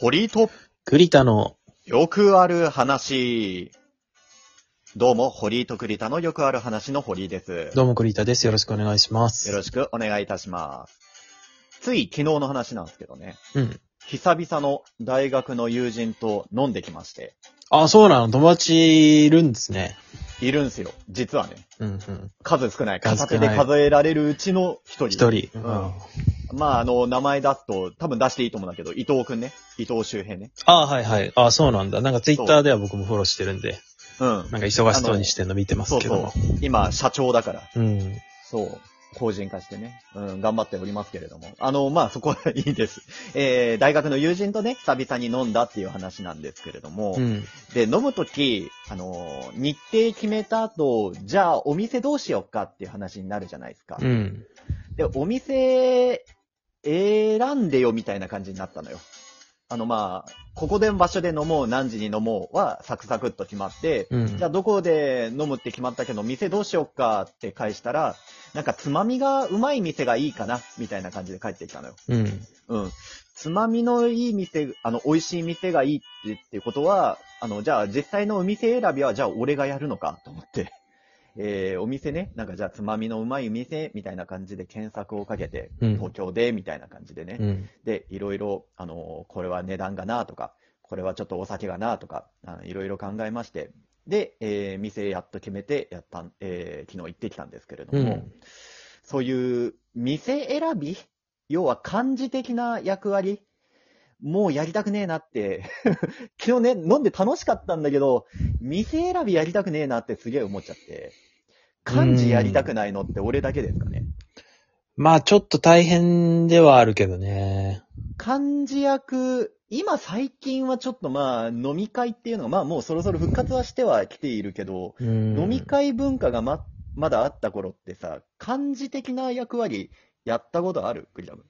堀井と栗田の、よくある話。どうも、堀井と栗田のよくある話の堀井です。どうも栗田です。よろしくお願いします。よろしくお願いいたします。つい昨日の話なんですけどね、うん。久々の大学の友人と飲んできまして、あ、そうなの友達いるんですね。いるんすよ。実はね、うんうん。数少ない。数少な片い手で数えられるうちの一人。一人。うんあまあ、あの、名前出すと、多分出していいと思うんだけど、伊藤くんね。伊藤周平ね。あ、はいはい。あそうなんだ。なんかツイッターでは僕もフォローしてるんで、うん。なんか忙しそうにしてるの見てますそうけどもそう。今、社長だから。うん。そう。法人化してね。うん、頑張っておりますけれども。あの、まあ、そこはいいです。えー、大学の友人とね、久々に飲んだっていう話なんですけれども。うん。で、飲むとき、あの、日程決めた後、じゃあお店どうしようかっていう話になるじゃないですか。うん。で、お店、選んでよみたいな感じになったのよ。あの、まあ、ここで場所で飲もう、何時に飲もうは、サクサクっと決まって、うんじゃあどこで飲むって決まったけど、店どうしようかって返したら、なんかつまみがうまい店がいいかな、みたいな感じで帰ってきたのよ。うん。うん。つまみのいい店、あの、美味しい店がいいってってことは、あの、じゃあ実際のお店選びは、じゃあ俺がやるのかと思って。えー、お店ね、なんかじゃあつまみのうまい店みたいな感じで検索をかけて、うん東京でみたいな感じでね。うん。で、いろいろ、あのこれは値段がなとか、これはちょっとお酒がなとか、あのいろいろ考えまして、で、えー店やっと決めてやったん、えー昨日行ってきたんですけれどうも、ん。そういう店選び、要は漢字的な役割、もうやりたくねえなって、 昨日ね、飲んで楽しかったんだけど、店選びやりたくねえなってすげえ思っちゃって、漢字やりたくないのって俺だけですかね。まあちょっと大変ではあるけどね。漢字役、今最近はちょっとまあ飲み会っていうのがまあもうそろそろ復活はしては来ているけど、うん。飲み会文化がま、まだあった頃ってさ、漢字的な役割やったことある栗田君。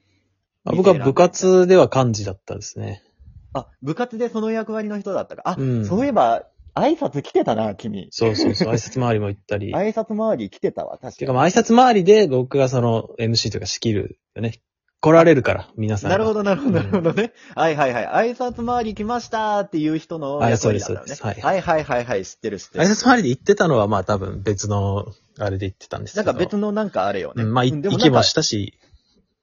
あ僕は部活では漢字だったですね。あ、部活でその役割の人だったか。あ、うんそういえば挨拶来てたな、君。そうそうそう。挨拶回りも行ったり。挨拶回り来てたわ、確てかか、まあ、挨拶回りで僕がその MC とか仕切るよね。来られるから、皆さん。なるほど。ど、なるほど、なるほどね。はいはいはい。挨拶回り来ましたっていう人のはい役割だったよそうでね。すそうですはいはいはいはい、知ってる知ってる。挨拶回りで行ってたのは、まあ多分別の、あれで行ってたんですけなんど。か別のなんかあれようね。ん、まあ、いうん行きもしでたし、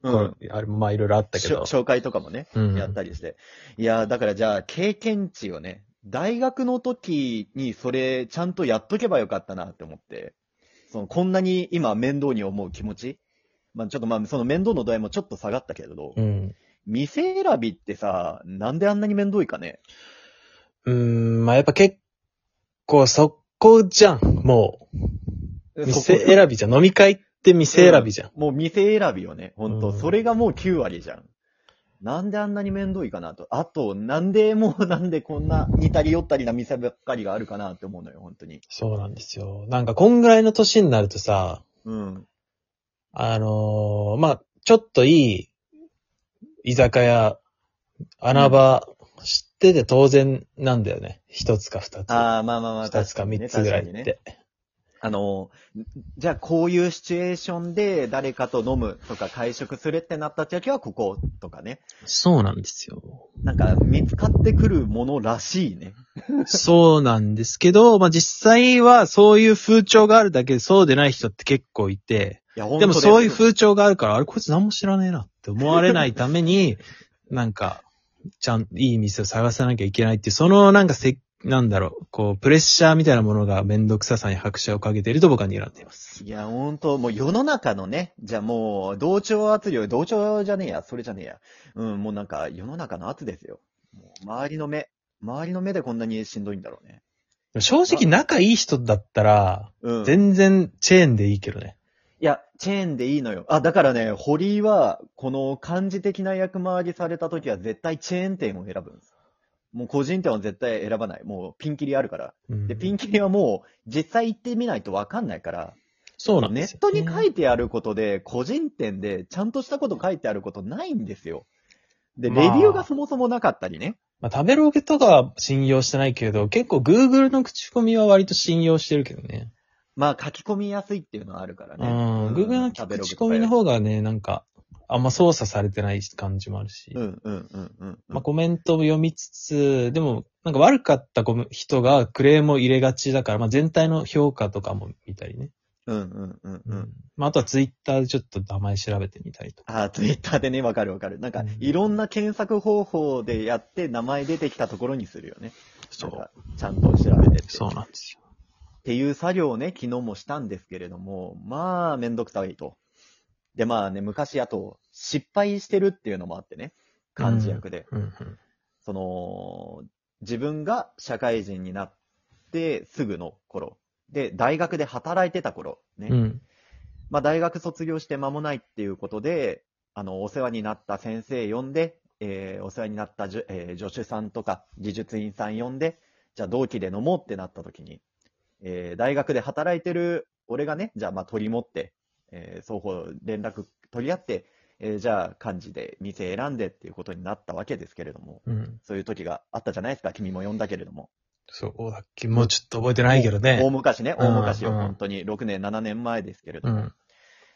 もこなんかうあれもまあいろいろあったけしょど。紹介とかもね、うん。やったりして。いやー、だからじゃあ、経験値をね、大学の時にそれ、ちゃんとやっとけばよかったなって思って、その、こんなに今面倒に思う気持ちまあ、ちょっとまあ、その面倒の度合いもちょっと下がったけれど、うん。店選びってさ、なんであんなに面倒いかねうん、まあやっぱ結構そこじゃん。もう、店び選びじゃん。飲み会って店選びじゃん。もう店選びよね、ほんと。うんそれがもう9割じゃん。なんであんなに面倒いかなと。あと、なんでもうなんでこんな似たり寄ったりな店ばっかりがあるかなって思うのよ、本当に。そうなんですよ。なんかこんぐらいの年になるとさ、うん。あのーまあ、ちょっといい居酒屋、穴場、知ってて当然なんだよね。一つか二つ。ああ、まあまあまあ、二つか確にね三つぐらいっ確かにねて。あの、じゃあこういうシチュエーションで誰かと飲むとか会食するってなった時はこことかね。そうなんですよ。なんか見つかってくるものらしいね。そうなんですけど、まあ、実際はそういう風潮があるだけでそうでない人って結構いて、いや、ほんでもそういう風潮があるから、あれこいつ何も知らねえなって思われないために、 なんか、ちゃん、いい店を探さなきゃいけないっていう、そのなんかせ、なんだろう、こう、プレッシャーみたいなものがめんどくささに拍車をかけていると僕は睨んでいます。いや、ほんと、もう世の中のね、じゃあもう、同調圧力、同調じゃねえや、それじゃねえや。うん、もうなんか、世の中の圧ですよ。もう周りの目、周りの目でこんなにしんどいんだろうね。正直仲いい人だったら、うん。い全然チェーンでいいけどね。や、チェーンでいいのよ。あ、だからね、堀井は、この漢字的な役回りされた時は絶対チェーン店を選ぶんです。もう個人店は絶対選ばない。もうピンキリあるから。うんで、ピンキリはもう実際行ってみないとわかんないから、そうなんネですッよトね、に書いてあることで、個人店でちゃんとしたこと書いてあることないんですよ。で、レまビあューがそもそもなかったりね。まあ、食べログとかは信用してないけど、結構 Google の口コミは割と信用してるけどね。まあ、書き込みやすいっていうのはあるからうね。ん。Google の食べログ口とコかミよりの方がね、なんか、あんま操作されてない感じもあるし。うんうんうんうんうん。まあ、コメントを読みつつ、でも、なんか悪かったコメ人がクレームを入れがちだから、まあ、全体の評価とかも見たりね。うんうんうんうん。。まあ、あとはツイッターでちょっと名前調べてみたりとか。ああ、ツイッターでね、わかるわかる。なんうかん、いろんな検索方法でやって、名前出てきたところにするよね。そなんう。か。ちゃんと調べてって。そうなんですよ。っていう作業をね、昨日もしたんですけれども、まあ、めんどくさいと。で、まあね、昔、あと、失敗してるっていうのもあってね、漢字役で。うんうん。その、自分が社会人になってすぐの頃。で、大学で働いてた頃。ね。うん。まあ、大学卒業して間もないっていうことで、あの、お世話になった先生呼んで、えーお世話になったじゅ、えー助手さんとか技術員さん呼んで、じゃあ同期で飲もうってなった時に、えー大学で働いてる俺がね、じゃあまあ取り持って、えー双方連絡取り合って、えーじゃあ漢字で店選んでっていうことになったわけですけれども、うん。そういう時があったじゃないですか、君も呼んだけれども。そうだっけもうちょっと覚えてないけどね大。昔ね、大昔よ、うんうん本当に。6年、7年前ですけれどうも。ん。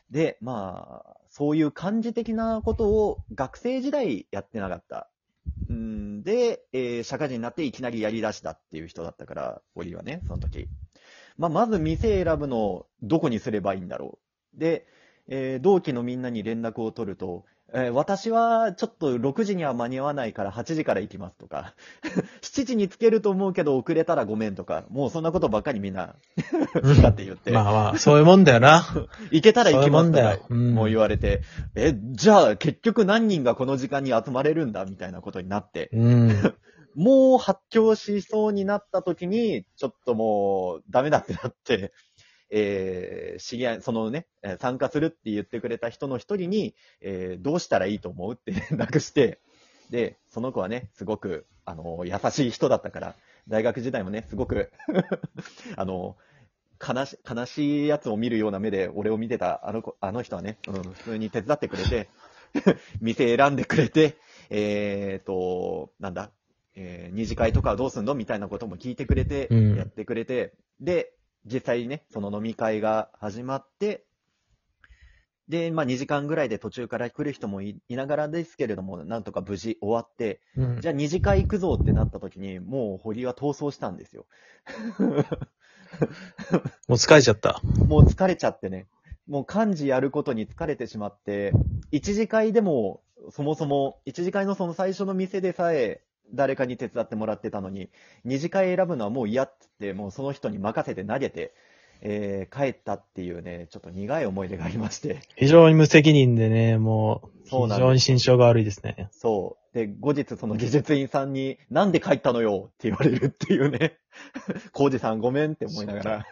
で、まあ、そういう漢字的なことを学生時代やってなかった。うんで、えー社会人になっていきなりやり出したっていう人だったから、俺はね、その時。まあ、まず店選ぶの、どこにすればいいんだろう。で、えー同期のみんなに連絡を取ると、えー私はちょっと6時には間に合わないから8時から行きますとか、7時につけると思うけど遅れたらごめんとか、もうそんなことばっかりみんな、 使って言って。まあまあ、そういうもんだよな。行けたら行き ますとそういうもんだかよ、うんもう言われて、え、じゃあ結局何人がこの時間に集まれるんだみたいなことになって、うん。もう発狂しそうになった時に、ちょっともうダメだってなって、えー知り合い、そのね、えー参加するって言ってくれた人の一人に、えーどうしたらいいと思うって連絡して、で、その子はね、すごく、あの、優しい人だったから、大学時代もね、すごく、 あの、悲し、悲しいやつを見るような目で俺を見てたあの子、あの人はね、うん、普通に手伝ってくれて、 店選んでくれて、えーと、なんだ、えー二次会とかはどうすんのみたいなことも聞いてくれて、うんやってくれて、で、実際にね、その飲み会が始まって、で、まあ2時間ぐらいで途中から来る人もいいながらですけれども、なんとか無事終わって、うんじゃあ二次会行くぞってなった時に、もう堀は逃走したんですよ。もう疲れちゃった。もう疲れちゃってね。もう漢字やることに疲れてしまって、一次会でも、そもそも、一次会のその最初の店でさえ、誰かに手伝ってもらってたのに、二次会選ぶのはもう嫌っつって、もうその人に任せて投げて、えー帰ったっていうね、ちょっと苦い思い出がありまして。非常に無責任でね、もう、そうなん非です常に心象が悪いですね。そう。で、後日その技術員さんに、なんで帰ったのよって言われるっていうね。 浩二さんごめんって思いながら、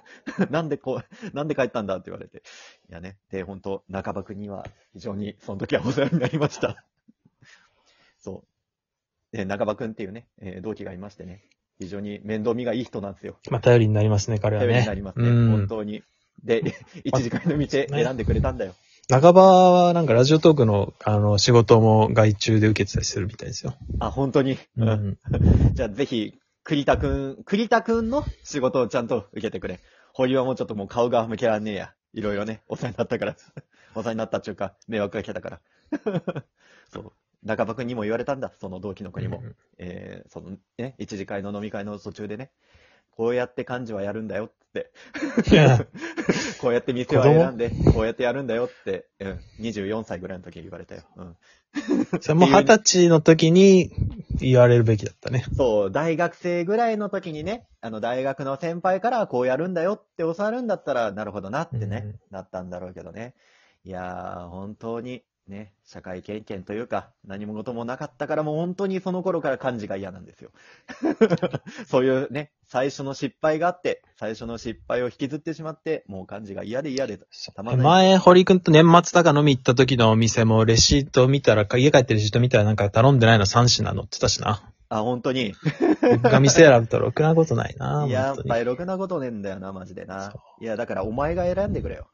なんでこう、なんで帰ったんだって言われて。いやね。で、本当中場くんには非常にその時はお世話になりました。そう。で、中場くんっていうね、えー同期がいましてね。非常に面倒見がいい人なんですよ。まあ、頼りになりますね、彼は頼りになね。りますね。うん本当に。で、一時間の道選んでくれたんだよ。中場はなんかラジオトークの、あの、仕事も外注で受けてたりするみたいですよ。あ、本当に。うん。じゃあぜひ、栗田くん、栗田くんの仕事をちゃんと受けてくれ。堀はもうちょっともう顔が向けらんねえや。いろいろね、お世話になったから。 お世話になったっていうか、迷惑がけたから。 そう。中場くんにも言われたんだ、その同期の子に も。うんえーそのね、一次会の飲み会の途中でね、こうやって漢字はやるんだよって、いやこうやって店は選んで、こうやってやるんだよって、うん、24歳ぐらいの時に言われたよ。うん。それも二十歳の時に言われるべきだったね。そう、大学生ぐらいの時にね、あの、大学の先輩からこうやるんだよって教わるんだったら、なるほどなってね、うんなったんだろうけどね。いやー、本当に、ね、社会経験というか、何事もなかったから、もう本当にその頃から漢字が嫌なんですよ。 そういうね、最初の失敗があって、最初の失敗を引きずってしまって、もう漢字が嫌で嫌で、たまんない。前、堀くんと年末だか飲み行った時のお店もレシート見たら、家帰ってレシート見たらなんか頼んでないの3品載ってたしな。あ、本当に。僕が店選ぶとろくなことないな。 いや、や本っ当にぱりろくなことねえんだよな、マジでなそ。いや、だからお前が選んでくれよ。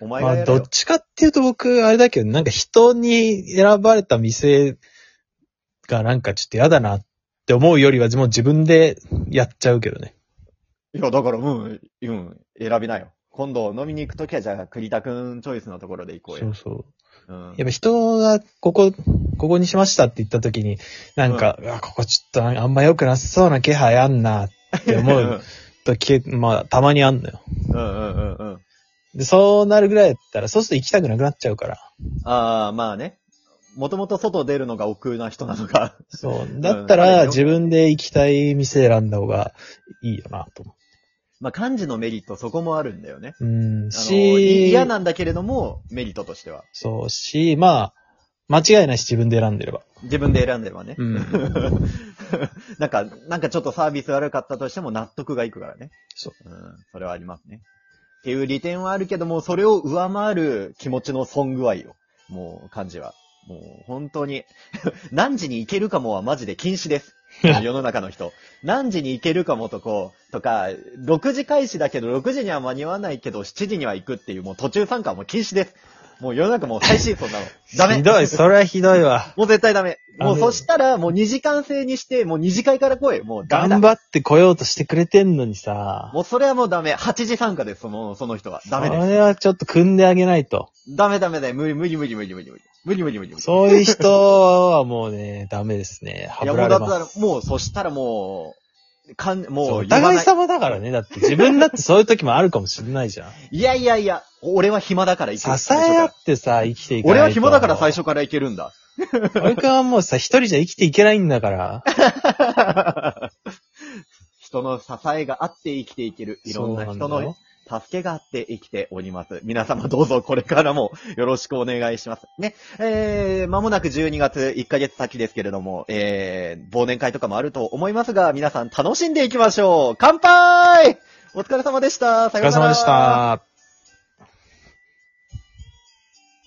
お前まがあ、選べどよっちかっていうと僕、あれだけど、なんか人に選ばれた店がなんかちょっと嫌だなって思うよりは、もう自分でやっちゃうけどね。いや、だから、うん、うん、選びなよ。今度飲みに行くときは、じゃあ、栗田くんチョイスのところで行こうそよう。そう。うんやっぱ人が、ここ、ここにしましたって言った時に、なんか、うわここちょっとなんかあんま良くなさそうな気配あんなって思う時、まあ、たまにあんのよ。うんうんうんうんうん。で、そうなるぐらいだったら、そうすると行きたくなくなっちゃうから。ああ、まあね。もともと外出るのが億劫な人なのか。そう。だったら、自分で行きたい店選んだ方がいいよな、と思 まあ、漢字のメリット、そこもあるんだよね。う。うん、あのいし、嫌なんだけれども、メリットとしては。そうし、まあ、間違いないし自分で選んでれば。自分で選んでればね。うん。 なんか、なんかちょっとサービス悪かったとしても納得がいくからね。。そうん、それはありますね。っていう利点はあるけども、それを上回る気持ちの損具合よ。もう、感じは。もう、本当に。 何時に行けるかもはマジで禁止 です。世の中の人。何時に行けるかもとこ、とか、6時開始だけど、6時には間に合わないけど、7時には行くっていう、もう途中参加はもう禁止です。もう世の中もう最新そんなの。ダメひどい、それはひどいわ。もう絶対ダメ。もダうメそしたら、もう2時間制にして、もう2次会から来い。もうダメだ。頑張って来ようとしてくれてんのにさ、もうそれはもうダメ。8時参加です、その、その人は。ダメそです。れはちょっと組んであげないと。ダメダメだよ。無理無理無理無理無理無理。無理無理無理無理。そういう人はもうね、 ダメですね。はぶもらうだれっます。たら、もうそしたらもう、かん、そうもうお言わ互いない。様だからね。だって自分だってそういう時もあるかもしれないじゃん。いやいやいや、俺は暇だから行支けるえ合ってさ、生きていかな俺いと。は暇だから最初から行けるんだ。 俺くんはもうさ、一人じゃ生きていけないんだから。人の支えがあって生きていける。いろんなそ人うだのよ助けがあって生きております。皆様どうぞこれからもよろしくお願いします。ね。えー、まもなく12月1ヶ月先ですけれども、えー、忘年会とかもあると思いますが、皆さん楽しんでいきましょう乾杯お疲れ様でしたさお疲ようなられ様でした。